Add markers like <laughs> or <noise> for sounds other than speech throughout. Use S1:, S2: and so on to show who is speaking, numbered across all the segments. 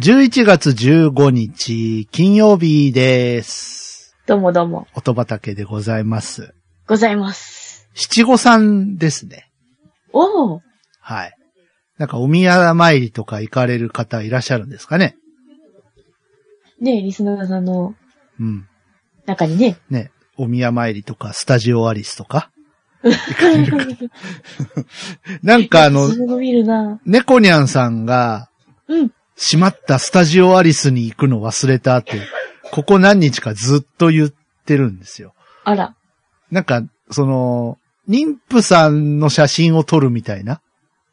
S1: 11月15日、金曜日です。
S2: どうもどうも、
S1: 音畑でございます。
S2: ございます。
S1: 七五三ですね。
S2: おお、
S1: はい。なんかお宮参りとか行かれる方いらっしゃるんですかね
S2: ねえ、リスナーさんの
S1: うん。
S2: 中にね。
S1: ね。お宮参りとか、スタジオアリスとか。行かれるか <laughs> なんかあの、
S2: 自分の見るな。
S1: 猫ニャンさんが、
S2: うん。
S1: しまったスタジオアリスに行くの忘れたって、ここ何日かずっと言ってるんですよ。
S2: あら。
S1: なんか、その、妊婦さんの写真を撮るみたいな、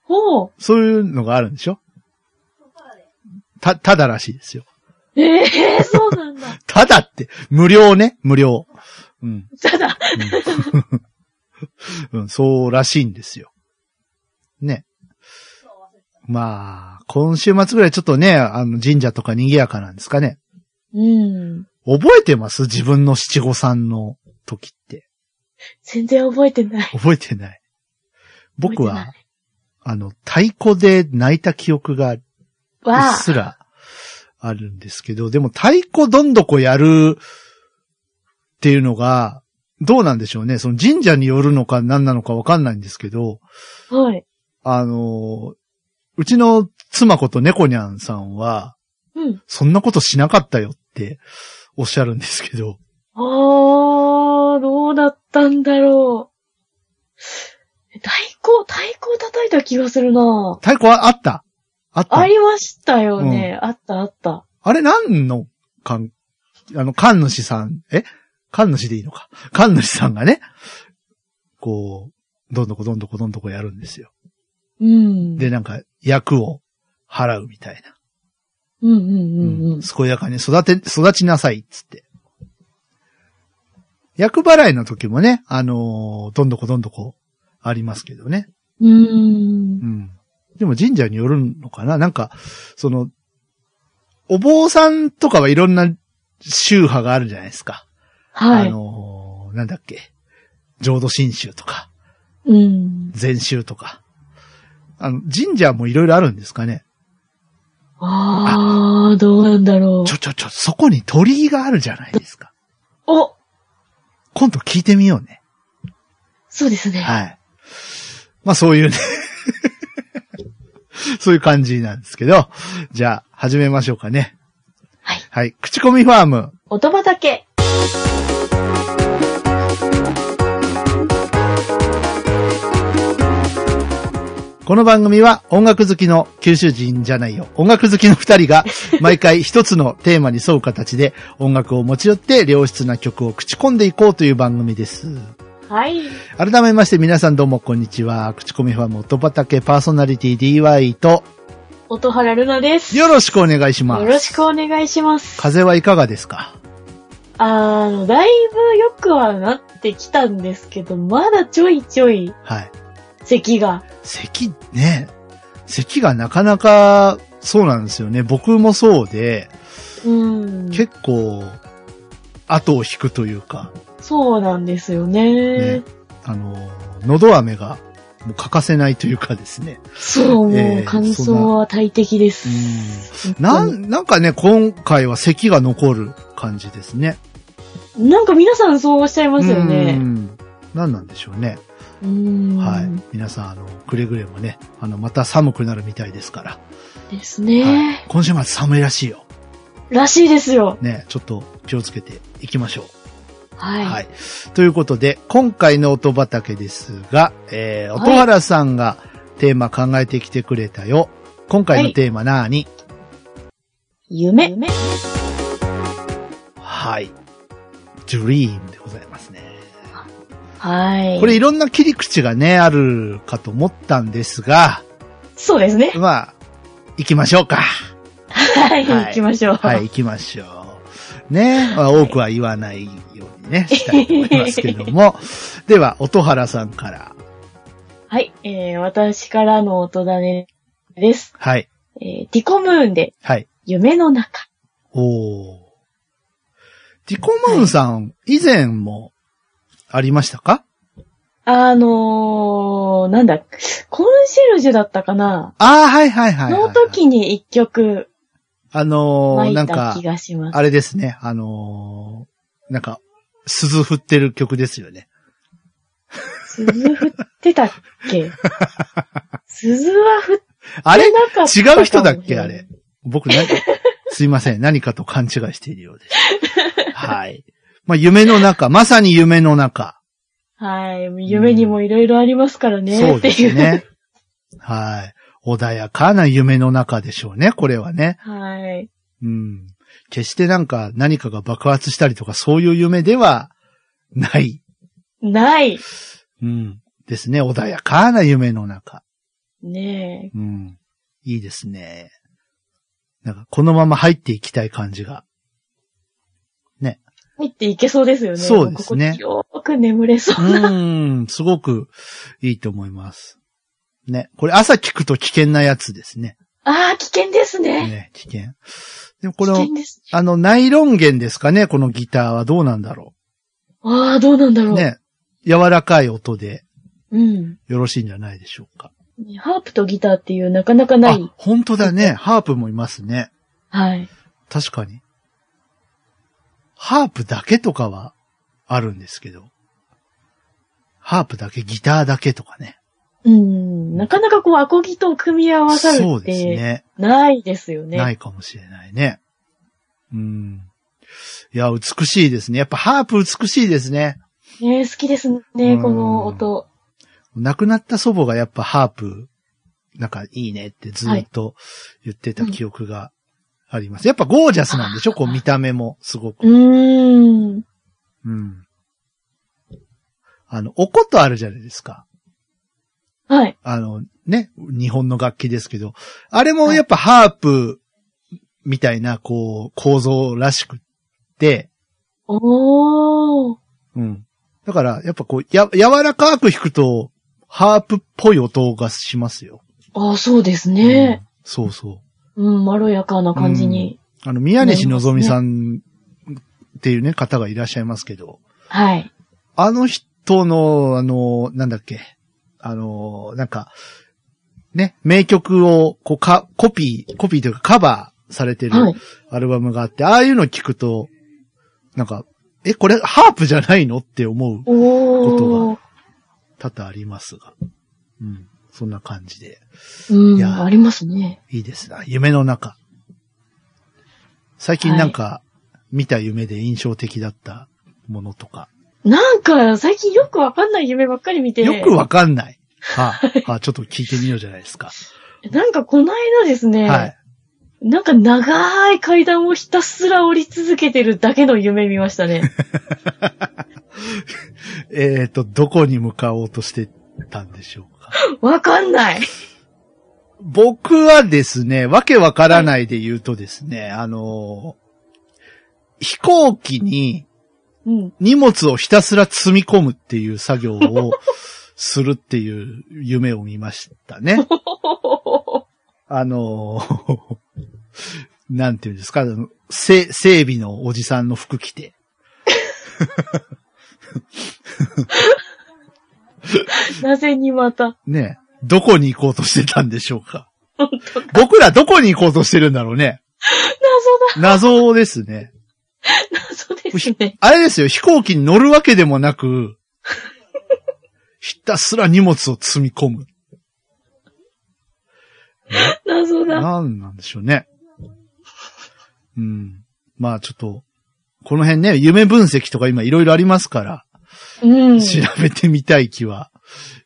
S2: おお、
S1: そういうのがあるんでしょた、ただらしいですよ。
S2: ええー、そうなんだ。 <laughs>
S1: ただって、無料ね、無料。うん。
S2: ただ、
S1: うん、そうらしいんですよ。ね。まあ、今週末ぐらいちょっとね、あの、神社とか賑やかなんですかね。
S2: うん。
S1: 覚えてます自分の七五三の時って。
S2: 全然覚えてない。
S1: 覚えてない。僕
S2: 覚えて
S1: は
S2: な、
S1: あの、太鼓で泣いた記憶がうっ
S2: わあ、
S1: すらあるんですけど、でも太鼓どんどこやるっていうのが、どうなんでしょうね。その神社によるのか何なのかわかんないんですけど、
S2: はい。
S1: あの、うちの妻こと猫にゃんさんは、
S2: うん。
S1: そんなことしなかったよっておっしゃるんですけど、
S2: ああ、どうだったんだろう。太鼓、太鼓叩いた気がするな。
S1: 太鼓はあったあった
S2: ありましたよね。あったあった。
S1: あれ何の関、あの、神主さん、え神主でいいのか。神主さんがね、こう、どんどこどんどこどんどこやるんですよ。
S2: うん。
S1: で、なんか、役を払うみたい
S2: うんうん
S1: な。
S2: うんうん。
S1: 健やかに育て、育ちなさい、っつって。役払いの時もね、あのーどんどこどんどこありますけどね。
S2: うーん。
S1: うん。でも神社によるのかななんか、その、お坊さんとかはいろんな宗派があるじゃないですか。
S2: は
S1: あ
S2: い。
S1: のーなんだっけ、浄土真宗とか、
S2: うん。
S1: 禅宗とか。あの、神社もいろいろあるんですかね。
S2: ああ、どうなんだろ
S1: ち
S2: う
S1: ょ。ちょちょ、そこに鳥居があるじゃないですか。
S2: お
S1: 今度聞いてみようね。
S2: そうですね。
S1: はい。まあそういうね。 <laughs> そういう感じなんですけど。じゃあ、始めましょうかね。
S2: はい。
S1: はい。口コミファーム。
S2: 音畑。
S1: この番組は音楽好きの九州人じゃないよ。音楽好きの二人
S2: <laughs>
S1: が毎回一つのテーマに沿う形で音楽を持ち寄って良質な曲を口コんでいこうという番組です。
S2: はい。
S1: 改めまして皆さんどうもこんにちは。口コミファーム音畑パーソナリティ DY と
S2: 音原ルナです。よ
S1: よろしくお願いします。
S2: ろしくお願いします。
S1: 風はいかがですか
S2: あの、だいぶ良くはなってきたんですけど、まだちょいちょい
S1: はい。
S2: 咳が。
S1: 咳ね。咳がなかなかそうなんですよね。僕もそうで、
S2: うん。
S1: 結構後を引くというか。
S2: そうなんですよね。
S1: ねあの、喉飴がもう欠かせないというかですね。
S2: そう、もう、
S1: えー
S2: 感想は大敵です。
S1: うん。な、ん、なんかね、今回は咳が残る感じですね。
S2: なんか皆さんそうおっしゃいますよ
S1: う
S2: ね。
S1: ん。何なんでしょうね。
S2: うん。
S1: はい。皆さん、あの、くれぐれもね、あの、また寒くなるみたいですから。
S2: ですね。
S1: はい、今週末寒いらしいよ。
S2: らしいですよ。
S1: ね、ちょっと気をつけていきましょう。
S2: はい。
S1: はい。ということで、今回の音畑ですが、えー、音原さんがテーマ考えてきてくれたよ。今回のテーマなーに、
S2: 夢。夢
S1: はい。dream でございますね。
S2: はい。
S1: これいろんな切り口がね、あるかと思ったんですが、
S2: そうですね。
S1: まあ、行きましょうか。
S2: <laughs> はい。
S1: はい
S2: 行きましょう。
S1: はい、行きましょう。ね、まあ、多くは言わないようにね、したいと思いますけども。では、音原さんから。
S2: はい。えー、私からの音種です。
S1: はい、
S2: えー、ティコムーンで、
S1: はい。
S2: 夢の中。
S1: おー。ティコムーンさん、以前もありましたか
S2: あのー、なんだ、コンシェルジュだったかな、
S1: ああ、はいはいはいはい、
S2: その時に一曲
S1: あの
S2: 巻
S1: ー
S2: い
S1: なん
S2: た
S1: か
S2: 気、がします。
S1: あれですね、あのーなんか、鈴振ってる曲ですよね。
S2: 鈴振ってたっ
S1: <laughs>
S2: け鈴は振っ
S1: あれ
S2: てなかったかも
S1: 違う人だっけあれ。僕な、 <laughs> すいません。何かと勘違いしているよう
S2: <laughs>
S1: です。はい。まあ、夢の中、まさに夢の中。
S2: はい。夢にもいろいろありますからね。
S1: そうで
S2: ってい
S1: す。ね。はい。穏やかな夢の中でしょうね、これはね。
S2: はい。
S1: うん。決してなんか何かが爆発したりとかそういう夢ではない。
S2: ない。
S1: うん。ですね。穏やかな夢の中。
S2: ね
S1: うん。いいですね。なんかこのまま入っていきたい感じが。
S2: え。入っていけそうですよね。
S1: そうですね
S2: ここよく眠れそううな。
S1: ーん、 <laughs> すごくいいと思います。ね。これ朝聞くと危険なやつですね。
S2: ああ、危険ですね。
S1: ね、危険。でもこ
S2: 危
S1: の、
S2: 険です。
S1: あの、ナイロン弦ですかね、このギターはどうなんだろ
S2: ああ、どうなんだろ
S1: う。
S2: う。
S1: ね。柔らかい音で
S2: うん。
S1: よろしいんじゃないでしょうか。
S2: ハープとギターっていうなかなかない
S1: あ、。本当だね。ハープもいますね。
S2: はい。
S1: 確かに。ハープだけとかはあるんですけど。ハープだけ、ギターだけとかね。
S2: うん。なかなかこう、アコギと組み合わさる
S1: そう
S2: っ
S1: です
S2: て、
S1: ね。
S2: ないですよね。
S1: ないかもしれないね。うん。いや、美しいですね。やっぱハープ美しいですね。
S2: ね好きです
S1: う
S2: ね、
S1: ん
S2: この音。
S1: 亡くなった祖母がやっぱハープ、なんかいいねってずっと言ってた記憶があります。やっぱゴージャスなんでしょこう見た目もすごく。
S2: うーん。
S1: うん。あの、おことあるじゃないですか。
S2: はい。
S1: あの、ね、日本の楽器ですけど、あれもやっぱハープみたいな、こう、構造らしくって、
S2: おー。
S1: うん。だから、やっぱこう、や、柔らかく弾くと、ハープっぽい音がしますよ。
S2: ああ、そうですね
S1: う。んそうそ
S2: うん、まろやかな感じに。
S1: う。あの、宮西のぞみさんっていうね、方がいらっしゃいますけど、
S2: はい。
S1: あの人の、あの、なんだっけ、あの、なんか、ね、名曲を、こう、か、コピー、コピーというかカバーされてる
S2: はい。
S1: アルバムがあって、ああいうの聞くと、なんか、え、これハープじゃないのって思う
S2: おー。
S1: 多々ありますが。うん。そんな感じで。
S2: う
S1: い
S2: ん、
S1: や
S2: ありますね。
S1: いいですな。夢の中。最近なんか、見た夢で印象的だったものとか。
S2: なんか、最近よくわかんない夢ばっかり見て。
S1: よくわかんない。は
S2: <laughs>
S1: あ、はあ、ちょっと聞いてみようじゃないですか。
S2: なんか、この間ですね。
S1: はい。
S2: なんか長い階段をひたすら降り続けてるだけの夢見まし
S1: <laughs>
S2: たね。
S1: えっ、と、どこに向かおうとしてたんでしょうか。
S2: わかんない。
S1: 僕はですね、わけわからないで言うとですね、あのー飛行機に <laughs>
S2: うん。
S1: 荷物をひたすら積み込むっていう作業をするっていう夢を見ましたね。あのーなんていうんですか、あのせ整備のおじさんの服着て。
S2: なぜにまた。
S1: ねえどこに行こうとしてたんでしょうか。僕らどこに行こうとしてるんだろうね。
S2: 謎
S1: 謎ですね。
S2: だ。謎ですね。
S1: あれですよ、飛行機に乗るわけでもなく、ひたすら荷物を積み込む。
S2: 謎だ。
S1: なんなんでしょうね。うん。まあちょっと、この辺ね、夢分析とか今いろいろありますから、
S2: うん。
S1: 調べてみたい気は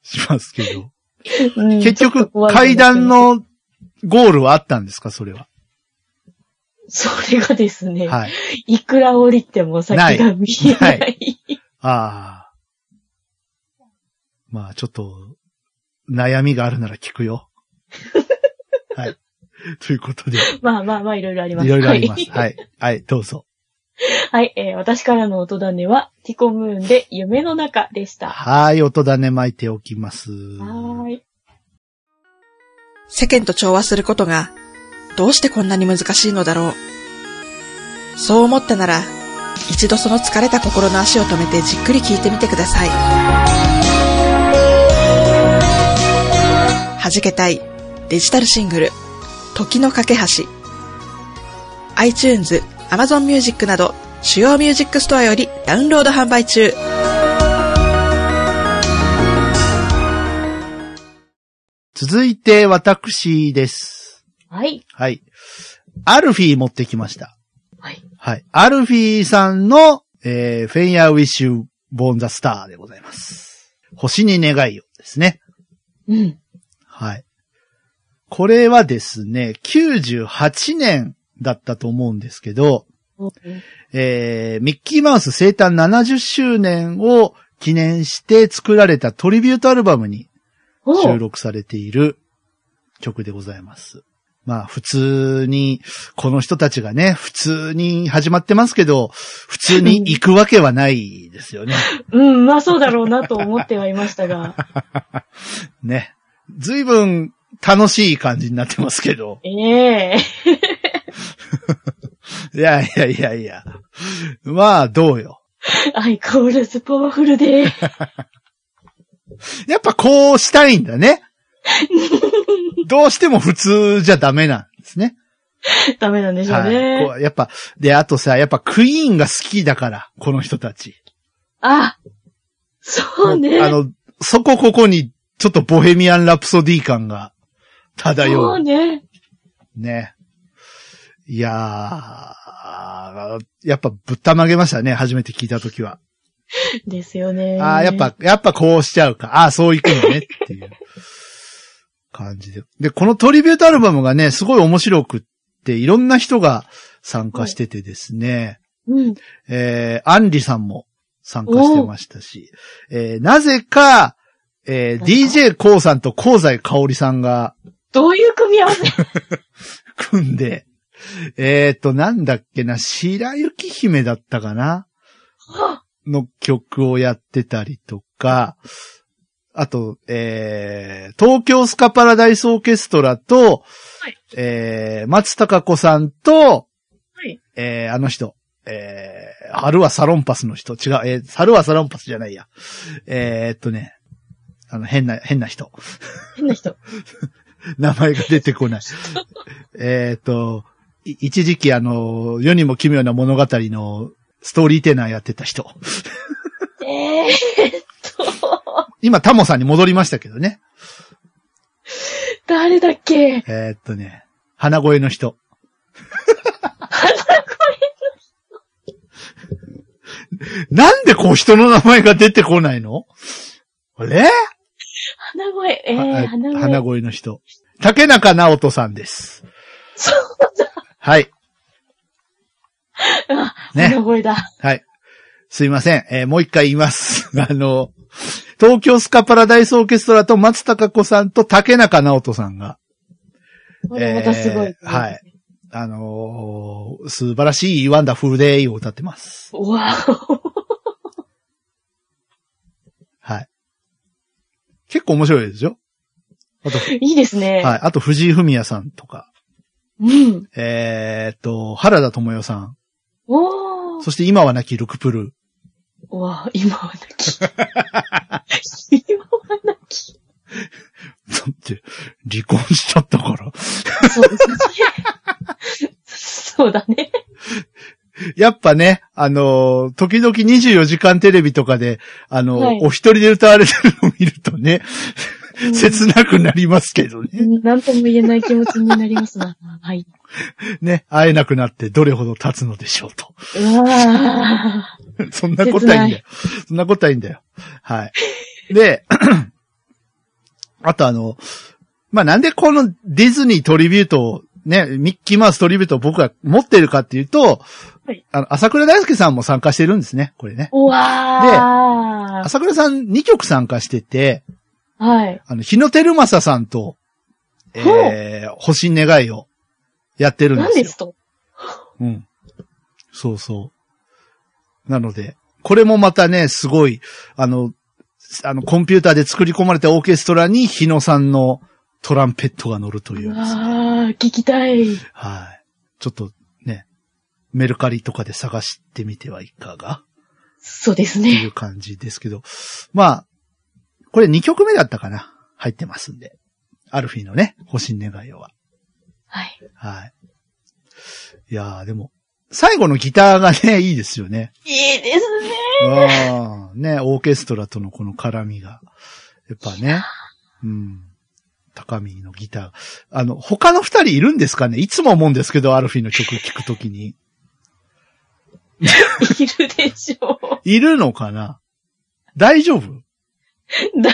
S1: しますけど。
S2: うん
S1: 結
S2: ちょっ
S1: 局
S2: と怖、い
S1: 階段。のゴールはあったんですかそれは。
S2: それがですね、
S1: はい。
S2: い、くら降りても先が見えない。
S1: なああ。まあ、ちょっと、悩みがあるなら聞く
S2: <laughs>
S1: よ。はい。ということで、
S2: <laughs> まあまあまあ、いろいろあります。
S1: いろいろあります。
S2: はい。
S1: はい。はい、どうぞ。
S2: はい、えー私からの音種は、ティコムーンで夢の中でした。
S1: はい、音種巻いておきます。
S2: はーい。
S3: 世間と調和することがどうしてこんなに難しいのだろう。そう思ったなら、一度その疲れた心の足を止めてじっくり聞いてみてください。弾けたいデジタルシングル、時の架け橋。 iTunes、Amazon Music など主要ミュージックストアよりダウンロード販売中。
S1: 続いて、私です。
S2: はい。
S1: はい。アルフィー持ってきました。
S2: はい。
S1: はい。アルフィーさんの、えー、フェイヤーウィッシュ・ボーン・ザ・スターでございます。星に願いをですね。
S2: うん。
S1: はい。これはですね、98年だったと思うんですけど、えー、ミッキーマウス生誕70周年を記念して作られたトリビュートアルバムに
S2: お
S1: 収
S2: う
S1: 録されている曲でございます。まあ普通に、この人たちがね、普通に始まってますけど、普通に行くわけはないですよね。
S2: <laughs> うん、まあそうだろうなと思ってはいまし
S1: <laughs>
S2: たが。
S1: ね。随分楽しい感じになってますけど。
S2: ええ
S1: いやいやいやいや。まあどうよ。
S2: 相変わらずパワフ
S1: <laughs>
S2: ルで。
S1: やっぱこうしたいんだ
S2: <laughs>
S1: ね。どうしても普通じゃダメなんですね。
S2: ダメなんでしょう
S1: はい
S2: ね。
S1: こう。やっぱ、で、あとさ、やっぱクイーンが好きだから、この人たち。
S2: あそうね。
S1: あの、そこここに、ちょっとボヘミアン・ラプソディ感が漂
S2: そ
S1: う。
S2: うね。
S1: ね。いやー、やっぱぶったまげましたね、初めて聞いたときは。
S2: ですよね。
S1: ああ、やっ。ぱ、やっぱこうしちゃうか。ああ、そういくのね、っていう感じで。で、このトリビュートアルバムがね、すごい面白くって、いろんな人が参加しててですね、
S2: うん。
S1: えー、アンリさんも参加してましたし、えー、なぜか、えー、DJ コウさんと香西香織さんが
S2: どういう組み合わせ
S1: 組んで、えーと、なんだっけな、白雪姫だったかなの曲をやってたりとか、あと、えー、東京スカパラダイスオーケストラと、
S2: はい
S1: えー、松たか子さんと、
S2: はい
S1: えー、あの人、えー、春はサロンパスの人、違う、えー、春はサロンパスじゃないや。えー、っとね、あの、変な、変な人。
S2: 変な人。
S1: 名前が出てこ
S2: <laughs>
S1: ない。えっと、い一時期あの、世にも奇妙な物語のストーリーテナーやってた人。
S2: えーっと、
S1: 今、タモさんに戻りましたけどね。
S2: 誰だっけ
S1: えっとね、花声の人。なんでこう人の名前が出てこないのあれ、
S2: 花声。え
S1: は
S2: ー、
S1: い
S2: 花声。
S1: 花声の人。竹中直人さんです。
S2: そう
S1: はい。
S2: だ。
S1: ね
S2: 花声だ。
S1: はい。すいません。えーもう一回言います。 <laughs> あの、東京スカパラダイスオーケストラと松たか子さんと竹中直人さんが、
S2: これまたすごい。
S1: えーはい。あのー素晴らしいワンダフルデイを歌ってます。
S2: うわお。
S1: はい。結構面白いですよ。あと、
S2: いいですね。
S1: はい。あと、藤井文也さんとか、
S2: うん。
S1: えーっと、原田智代さん、
S2: おー。
S1: そして今は亡きルクプル。
S2: うわ今は泣き。今は泣き。
S1: だって、離婚しちゃったから。
S2: そうですね。そうだね。
S1: やっぱね、あのー時々24時間テレビとかで、あのー
S2: はい
S1: お一人で歌われてるのを見るとね、
S2: うん
S1: 切なくなりますけどね。
S2: なんとも言えない気持ちになりますな。はい。
S1: ね、会えなくなってどれほど経つのでしょうと。
S2: うわ
S1: <laughs> そんなことはいいんだよ。そんなことはいいんだよ。はい。で、 <clears throat> あとあの、まあ、なんでこのディズニートリビュートを、ね、ミッキーマウストリビュートを僕が持ってるかっていうと、
S2: はい
S1: あの、朝倉大輔さんも参加してるんですね、これね。
S2: ー。うわー。
S1: 朝倉さん2曲参加してて、
S2: はい。
S1: あの、日野照正さんと、
S2: ほう
S1: えー、星願いをやってるんです
S2: 何
S1: よ。
S2: ですと
S1: うん。そうそう。なので、これもまたね、すごい、あの、あの、コンピューターで作り込まれたオーケストラに日野さんのトランペットが乗るというう
S2: わ
S1: ですね。
S2: ー、聞きたい。
S1: はい。ちょっとね、メルカリとかで探してみてはいかが
S2: そうです
S1: ってい
S2: ね。
S1: う感じですけど。まあ、これ2曲目だったかな入ってますんで。アルフィーのね、星願いをは。
S2: はい。
S1: はい。いやー、でも、最後のギターがね、いいですよね。
S2: いいですね。
S1: あーね、オーケストラとのこの絡みが。やっぱね。うん。高見のギター。あの、他の二人いるんですかねいつも思うんですけど、アルフィーの曲聴くときに。
S2: いるでしょう。
S1: いるのかな大丈夫
S2: 大丈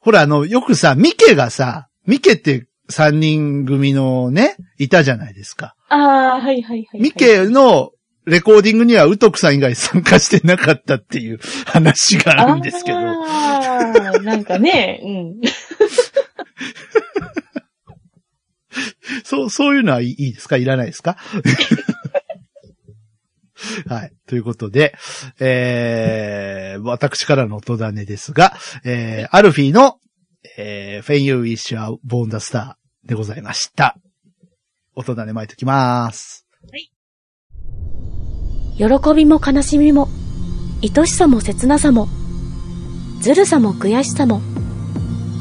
S1: ほら、あの、よくさ、ミケがさ、ミケって三人組のね、いたじゃないですか。
S2: 夫。ああ、はいはいはい。
S1: ミ。ケのレコーディングにはウトクさん以外参加してなかったっていう話があるんですけど。
S2: ああ、なんかね、うん。
S1: そう、そういうのはいいいいですかいらないですか <laughs> はい。ということで、えー、私からの音種ですが、えー、アルフィーの、えー、フェンユーウィッシュアボーンダスターでございました。音種巻いときます。
S4: 喜びも悲しみも、愛しさも切なさも、ずるさも悔しさも、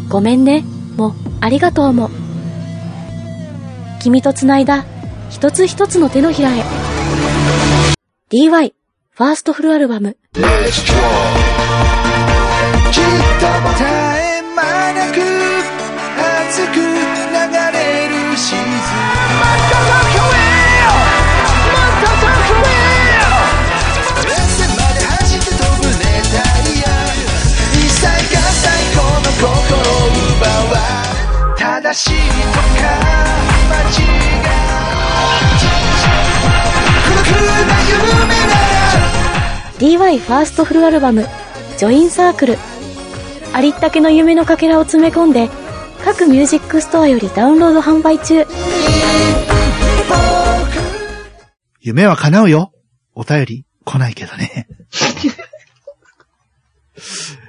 S4: ごめんね、もありがとうも、君と繋いだ一つ一つの手のひらへ。DY、ファーストフルアルバム、
S5: 絶え間なく熱く流れるシーズンもっと遠くへもっと遠くへ線まで走って飛ぶ熱帯夜一切が最高の心を奪わ正しいとか間違い孤独な夢なら
S4: DY ファーストフルアルバム、ジョインサークル。ありったけの夢のかけらを詰め込んで、各ミュージックストアよりダウンロード販売中。
S1: 夢は叶うよ。お便り来ないけどね。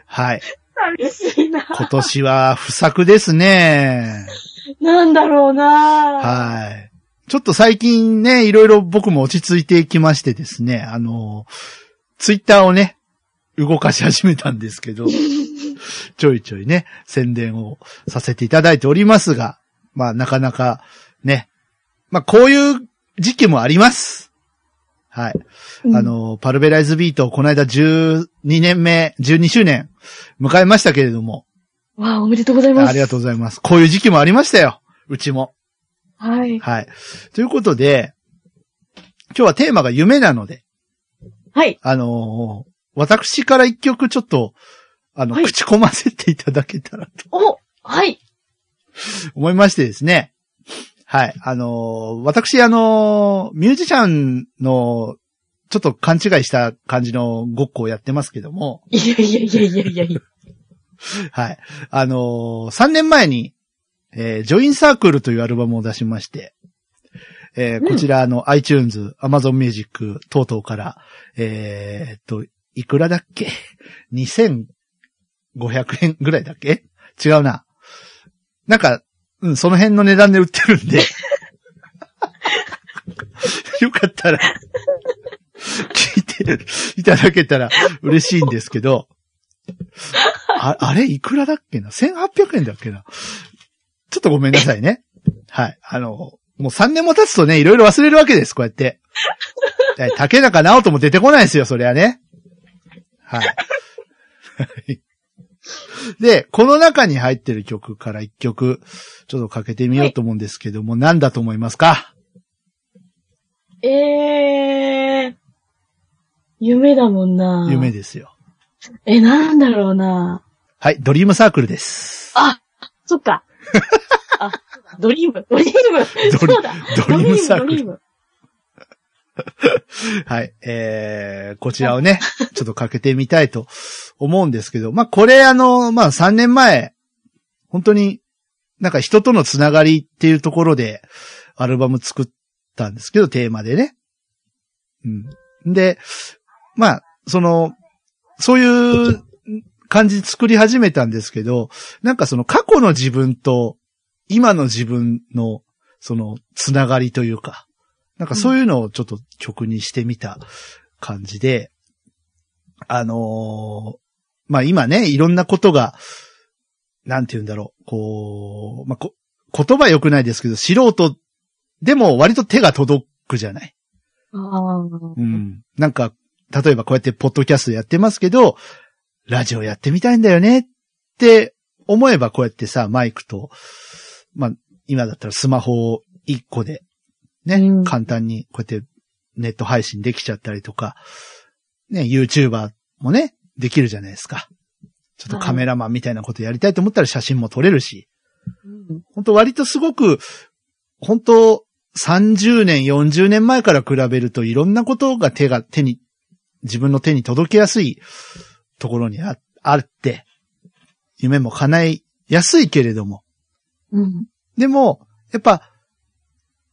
S1: はい。
S2: 寂しいな。
S1: 今年は不作ですね。
S2: なんだろうな。
S1: はい。ちょっと最近ね、いろいろ僕も落ち着いてきましてですね、あの、ツイッターをね、動かし始めたんです <laughs> けど、ちょいちょいね、宣伝をさせていただいておりますが、まあなかなかね、まあこういう時期もあります。はい。
S2: うん
S1: あの、パルベライズビートをこの間12年目、12周年迎えましたけれども、
S2: わあ、おめでとうございます。
S1: ありがとう
S2: う。
S1: ございます。こういう時期もありましたよ。うちも。
S2: はい。
S1: <laughs> はい。ということで、今日はテーマが夢なので、
S2: はい。
S1: あのー私から一曲ちょっと、あの、
S2: はい
S1: 口こませていただけたら <laughs> と
S2: おはい。
S1: 思いましてですね。はい。あのー私、あのーミュージシャンの、ちょっと勘違いした感じのごっこをやってますけども、
S2: いやいやいやいやい
S1: <laughs>
S2: やいや。
S1: はい。あのー3年前に、えージョインサークルというアルバムを出しまして、えー
S2: うん
S1: こちら、あの、iTunes、Amazon Music 等々から、えーっと、いくらだっけ ?2500 円ぐらいだっけ違うな。なんか、うん、その辺の値段で売ってるんで。 <laughs> よかったら、聞いていただけたら嬉しいんですけど、ああれ、いくらだっけな ?1800 円だっけなちょっとごめんなさいね。はい。あの、もう3年も経つとね、いろいろ忘れるわけです、こうやって。はい竹中直人も出てこないですよ、そりゃね。はい。はいで、この中に入ってる曲から一曲、ちょっとかけてみようと思うんですけども、何だと思いますか
S2: えー。夢だもんな。
S1: 夢。ですよ。
S2: え、なんだろうな。
S1: はい、ドリームサークルです。
S2: あ、そ
S1: <laughs>
S2: っか。あ、ドリーム、ドリーム。
S1: ドリ
S2: そうだ。
S1: ドリームサークル
S2: ドリーム。
S1: <laughs> はい。えー、こちらをね、ちょっとかけてみたいと思うんですけど、まあ、これあの、まあ、3年前、本当になんか人とのつながりっていうところで、アルバム作ったんですけど、テーマでね。うん。で、まあ、その、そういう感じ作り始めたんですけど、なんかその過去の自分と今の自分の、その、つながりというか、なんかそういうのをちょっと曲にしてみた感じで、あのーまあ今ね、いろんなことが、なんて言うんだろう、こう、まあこ、言葉良くないですけど、素人でも割と手が届くじゃない。
S2: あ
S1: うん。なんか、例えばこうやってポッドキャストやってますけど、ラジオやってみたいんだよねって思えばこうやってさ、マイクと、まあ、今だったらスマホを1個で、ね、
S2: うん
S1: 簡単にこうやってネット配信できちゃったりとか、ね、YouTuber もね、できるじゃないですか。ちょっとカメラマンみたいなことやりたいと思ったら写真も撮れるし、
S2: ー
S1: 本当割とすごく、本当30年、40年前から比べるといろんなことが手が、手に、自分の手に届きやすいところにああって、夢も叶いやすいけれども、
S2: うん。
S1: でも、やっぱ、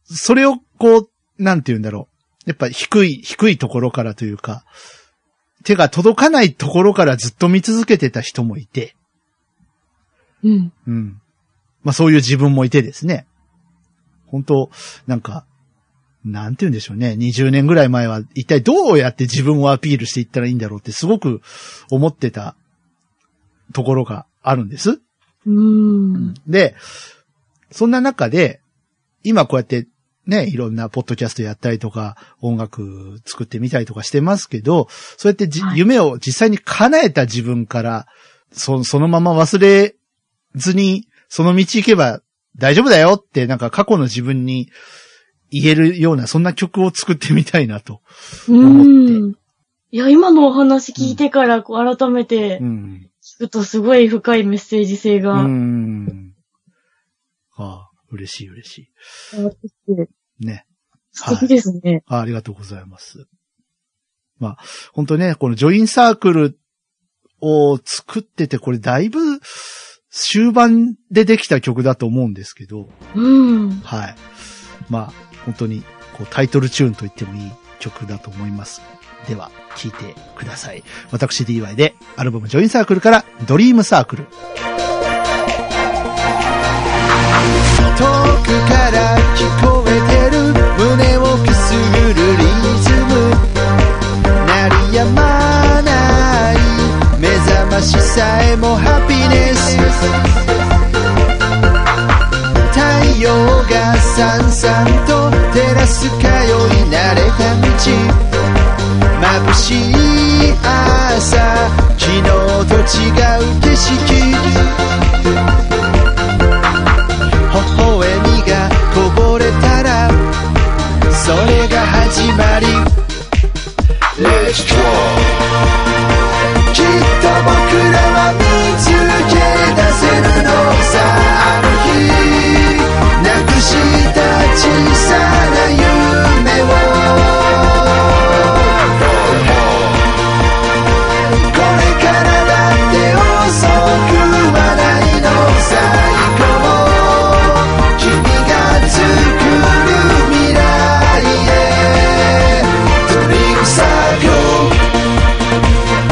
S1: それをこう、なんて言うんだろう。やっぱ低い、低いところからというか、手が届かないところからずっと見続けてた人もいて、
S2: うん。
S1: うん。まあそういう自分もいてですね。本当なんか、なんて言うんでしょうね。20年ぐらい前は一体どうやって自分をアピールしていったらいいんだろうってすごく思ってたところがあるんです。
S2: うん。
S1: で、そんな中で、今こうやってね、いろんなポッドキャストやったりとか、音楽作ってみたりとかしてますけど、そうやってじ、
S2: はい
S1: 夢を実際に叶えた自分から、そそのまま忘れずに、その道行けば大丈夫だよって、なんか過去の自分に言えるような、そんな曲を作ってみたいなと。
S2: うん。いや、今のお話聞いてから、こう、改めて
S1: うん。
S2: 聞くとすごい深いメッセージ性
S1: う
S2: が
S1: ん。ああ、嬉しい嬉し
S2: 伝わってきて、
S1: い。ね。
S2: 素敵ですね。
S1: あありがとうございます。まあ、本当ね、このジョインサークルを作ってて、これだいぶ終盤でできた曲だと思うんですけど、
S2: うん。
S1: はい。まあ、本当にこうタイトルチューンと言ってもいい曲だと思います。では、聴いてください。私 DY でアルバムジョインサークルからドリームサークル。
S5: 遠くから聞こえてる胸をくすぐるリズム鳴り止まない目覚ましさえもハピネス太陽がさんさんと照らす通い慣れた道眩しい朝昨日と違う景色微笑みがこぼれたらそれが始まり Let's go きっと僕らは見つけ出せるのさあの日なくした小さな夢をこれからだって遅くはないのさ行こう「君が作る未来へ」「君が作る未来へ」「ドリームサークル」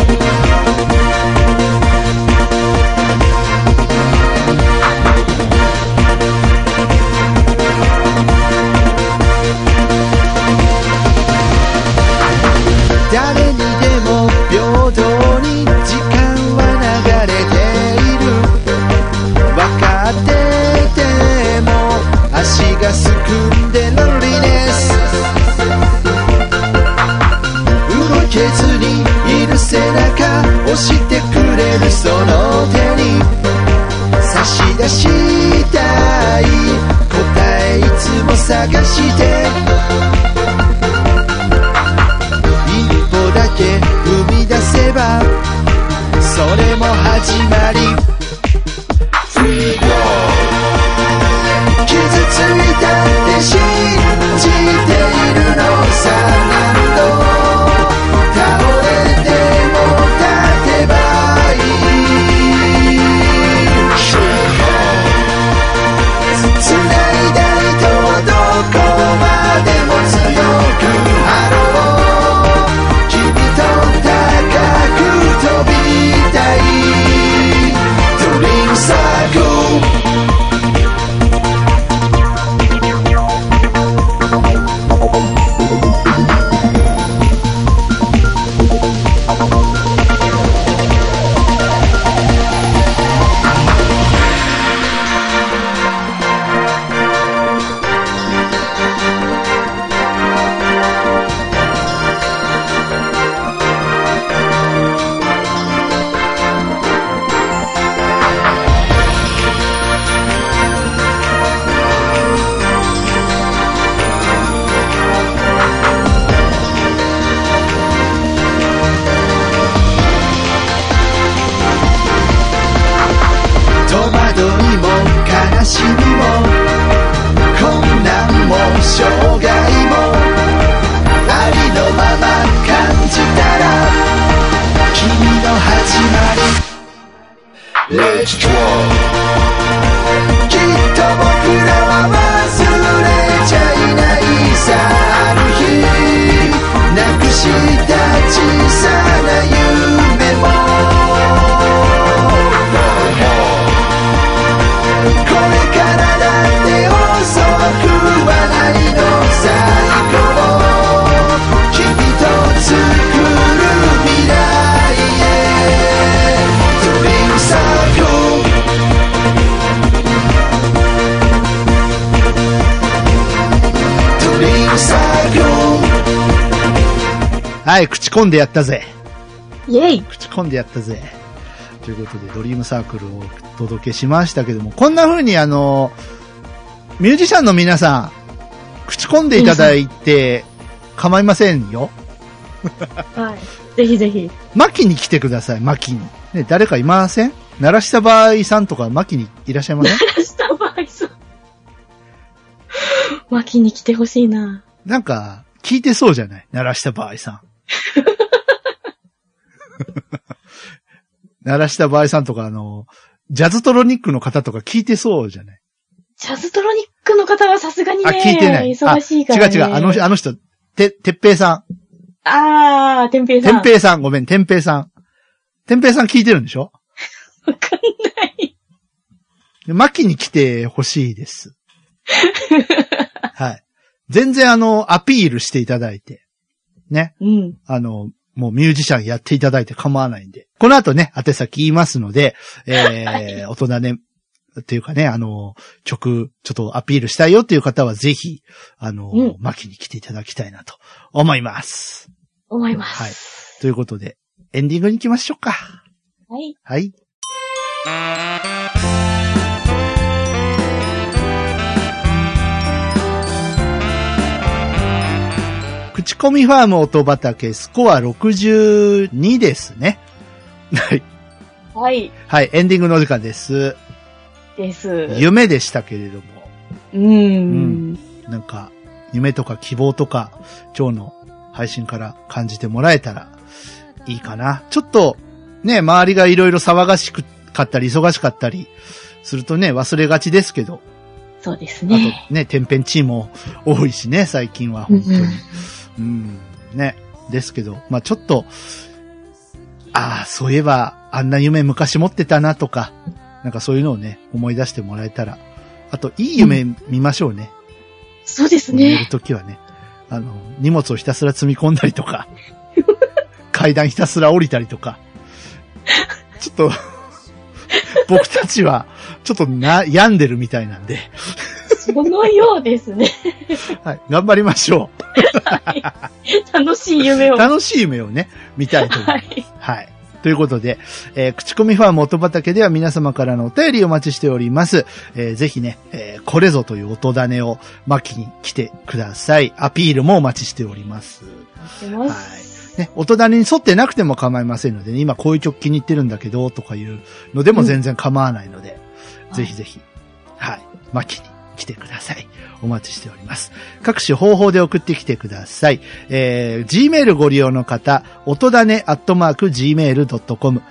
S1: はい、口コんでやったぜ。
S2: イェイ
S1: 口コんでやったぜ。ということで、ドリームサークルをお届けしましたけども、こんな風にあの、ミュージシャンの皆さん、口コんでいただいて構いませんよ。
S2: はい。ぜひぜひ。
S1: 牧に来てください、牧に。ね、誰かいません鳴らした場合さんとか牧にいらっしゃいません
S2: 明日ばいそう。巻きに来てほしいな。
S1: なんか、聞いてそうじゃない鳴らした場合さん。鳴らした場合さんとか、あの、ジャズトロニックの方とか聞いてそうじゃない
S2: ジャズトロニックの方はさすがにね、
S1: あ、聞いてない。
S2: 忙しいから、ね。
S1: あ違う違う、あの、あの人、て、てっぺいさ
S2: あー、天平
S1: ん。
S2: さ
S1: て
S2: ん。
S1: っぺいさん、ごめん、てっぺいさん。てっぺいさん聞いてるんでしょ
S2: わかんない。
S1: マキに来てほしい
S2: <laughs>
S1: です。はい。全然あの、アピールしていただいて。ね。
S2: うん。
S1: あの、もうミュージシャンやっていただいて構わないんで。この後ね、宛先言いますので、えー、大人ね、っていうかね、あの、曲、ちょっとアピールしたいよっていう方はぜひ、あの、
S2: うん
S1: 巻きに来ていただきたいなと思います。
S2: 思いま
S1: はい
S2: す。。
S1: ということで、エンディングに行きましょうか。
S2: はい。
S1: はい。口コミファーム音畑、スコア62ですね。はい。
S2: はい。
S1: はい、エンディングのお時間です。
S2: です。
S1: 夢でしたけれども、
S2: うーん。
S1: なんか、夢とか希望とか、今日の配信から感じてもらえたらいいかな。ちょっと、ね、周りがいろいろ騒がしくかったり、忙しかったり、するとね、忘れがちですけど、
S2: そうです
S1: あ
S2: ね。
S1: とね、天変地異も多いしね、最近は本当に
S2: うん。
S1: うん、ね。ですけど、まあちょっと、ああ、そういえば、あんな夢昔持ってたなとか、なんかそういうのをね、思い出してもらえたら。あと、いい夢見ましょうね。
S2: そうです
S1: 寝る
S2: ね。
S1: ときはね。あの、荷物をひたすら積み込んだりと <laughs> か、階段ひたすら降りたりとか、ちょっと、 <laughs> 僕たちは、ちょっとな、病んでるみたいなんで、
S2: そのようですね。 <laughs>
S1: はい、頑張りましょう。
S2: 楽しい夢を。は
S1: 楽しい夢をね、見たいと思います。
S2: い。
S1: はい。ということで、えー口コミファン元畑では皆様からのお便りお待ちしております。えーぜひね、えーこれぞという音種を巻きに来てください。アピールもお待ちしております。
S2: 出ます。
S1: ね、音種に沿ってなくても構いませんので、ね、今こういう曲気に入ってるんだけど、とかいうのでも全然構わないので、
S2: うん
S1: ぜひぜひ、はい、巻きに来てください。お待ちしております。各種方法で送ってきてください。えー、Gmail ご利用の方、音種アットマーク Gmail.com、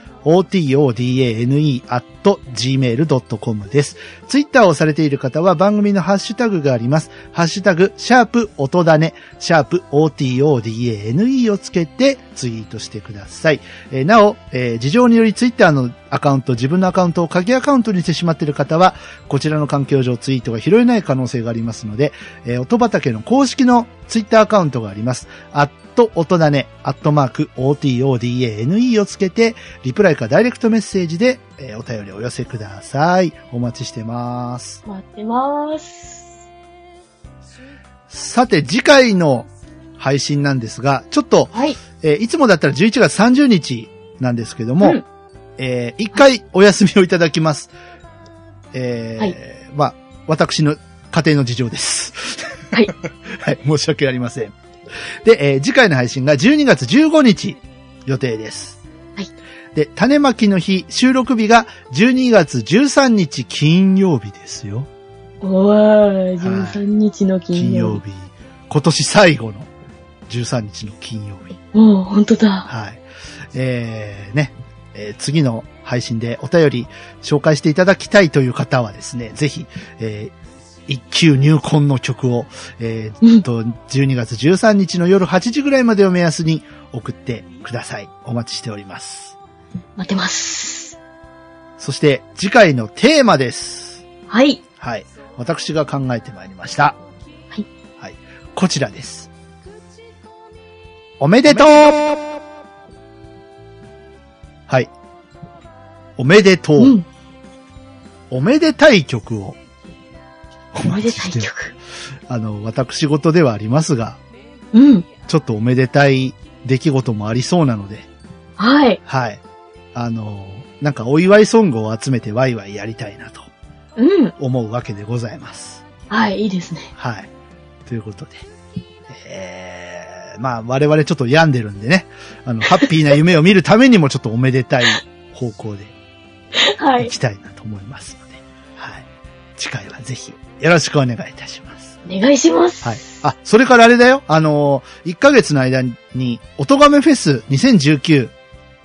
S1: otodane アット gmail.com です。ツイッターをされている方は番組のハッシュタグがあります。ハッシュタグ、シャープ音種、シャープ otodane をつけてツイートしてください。えーなお、えー事情によりツイッターのアカウント、自分のアカウントを鍵アカウントにしてしまっている方は、こちらの環境上ツイートが拾えない可能性がありますので、えー音畑の公式のツイッターアカウントがあります。アット音種、アットマーク otodane をつけて、リプライかダイレクトメッセージで、えーお便りをお寄せください。お待ちしてます。
S2: 待ってます。
S1: さて、次回の配信なんですが、ちょっと、
S2: はい。
S1: えーいつもだったら11月30日なんですけども、
S2: うん
S1: えー一回お休みをいただきます。えー
S2: はい
S1: まあ、私の家庭の事情です。
S2: はい。
S1: <laughs> はい、申し訳ありません。で、えー次回の配信が12月15日予定です。
S2: はい。
S1: で、種まきの日、収録日が12月13日金曜日ですよ。
S2: おー、13日の金
S1: 金
S2: 曜
S1: 曜
S2: 日。
S1: 日。今年最後の13日の金曜日。
S2: おー、ほんとだ。
S1: はい。えー、ね、えー次の配信でお便り紹介していただきたいという方はですね、ぜひ、えー一級入魂の曲を、えー
S2: うん
S1: と、12月13日の夜8時ぐらいまでを目安に送ってください。お待ちしております。
S2: 待ってます。
S1: そして、次回のテーマです。
S2: はい。
S1: はい。私が考えてまいりました。
S2: はい。
S1: はい。こちらです。おめでとうはい。おめでとう、
S2: うん。
S1: おめでたい曲を。お
S2: おめでた
S1: <laughs>
S2: い。曲。
S1: あの、私事ではありますが、
S2: うん。
S1: ちょっとおめでたい出来事もありそうなので、
S2: はい。
S1: はい。あの、なんかお祝いソングを集めてワイワイやりたいなと
S2: うん。
S1: 思うわけでございます。
S2: はい、いいですね。
S1: はい。ということで、えー、まあ我々ちょっと病んでるんでね、あの、ハッピーな夢を見るためにもちょっとおめでたい方向で
S2: は
S1: 行
S2: い。
S1: きたいなと思いますので、はい。次回はぜひよろしくお願いいたします。
S2: お願いします。
S1: はい。あ、それからあれだよ。あのー、1ヶ月の間に、おとがめフェス2019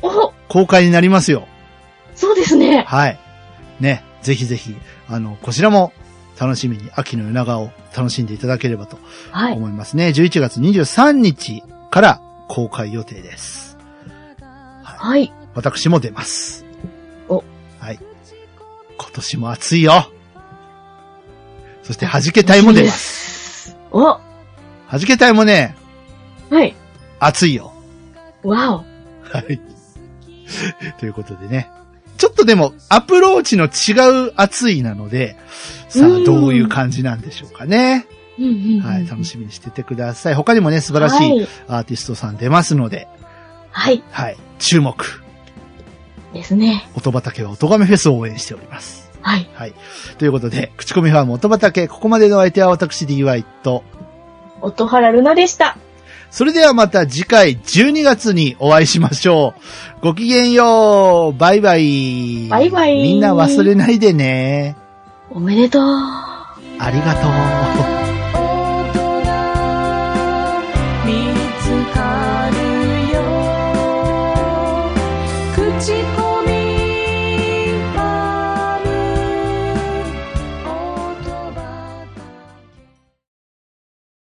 S2: お、
S1: 公開になりますよ。
S2: そうですね。
S1: はい。ね、ぜひぜひ、あの、こちらも楽しみに秋の夜長を楽しんでいただければと
S2: はい。
S1: 思いますね。11月23日から公開予定です。
S2: はい。
S1: 私も出ます。
S2: お。
S1: はい。今年も暑いよ。そして弾け隊も出ます。
S2: す。お、は
S1: 弾け隊もね、
S2: い。
S1: 暑いよ。
S2: わ
S1: はい。 <laughs> ということでね。ちょっとでも、アプローチの違う暑いなので、さ
S2: う
S1: あ、
S2: ん
S1: どういう感じなんでしょうかね。
S2: お。うんうんうん。
S1: はい、楽しみにしててください。他にもね、素晴らし
S2: はいい。
S1: アーティストさん出ますので、
S2: はい。
S1: はい、注目。
S2: ですね。
S1: 音畑は音亀フェスを応援しております。
S2: はい。
S1: はい。ということで、口コミファーム音畑、ここまでのお相手は私 DY と、
S2: 音原ルナでした。
S1: それではまた次回12月にお会いしましょう。ごきげんよう。バイバイ。
S2: バイバイ
S1: みんな忘れないでね。
S2: おめでとう。
S1: ありがとう。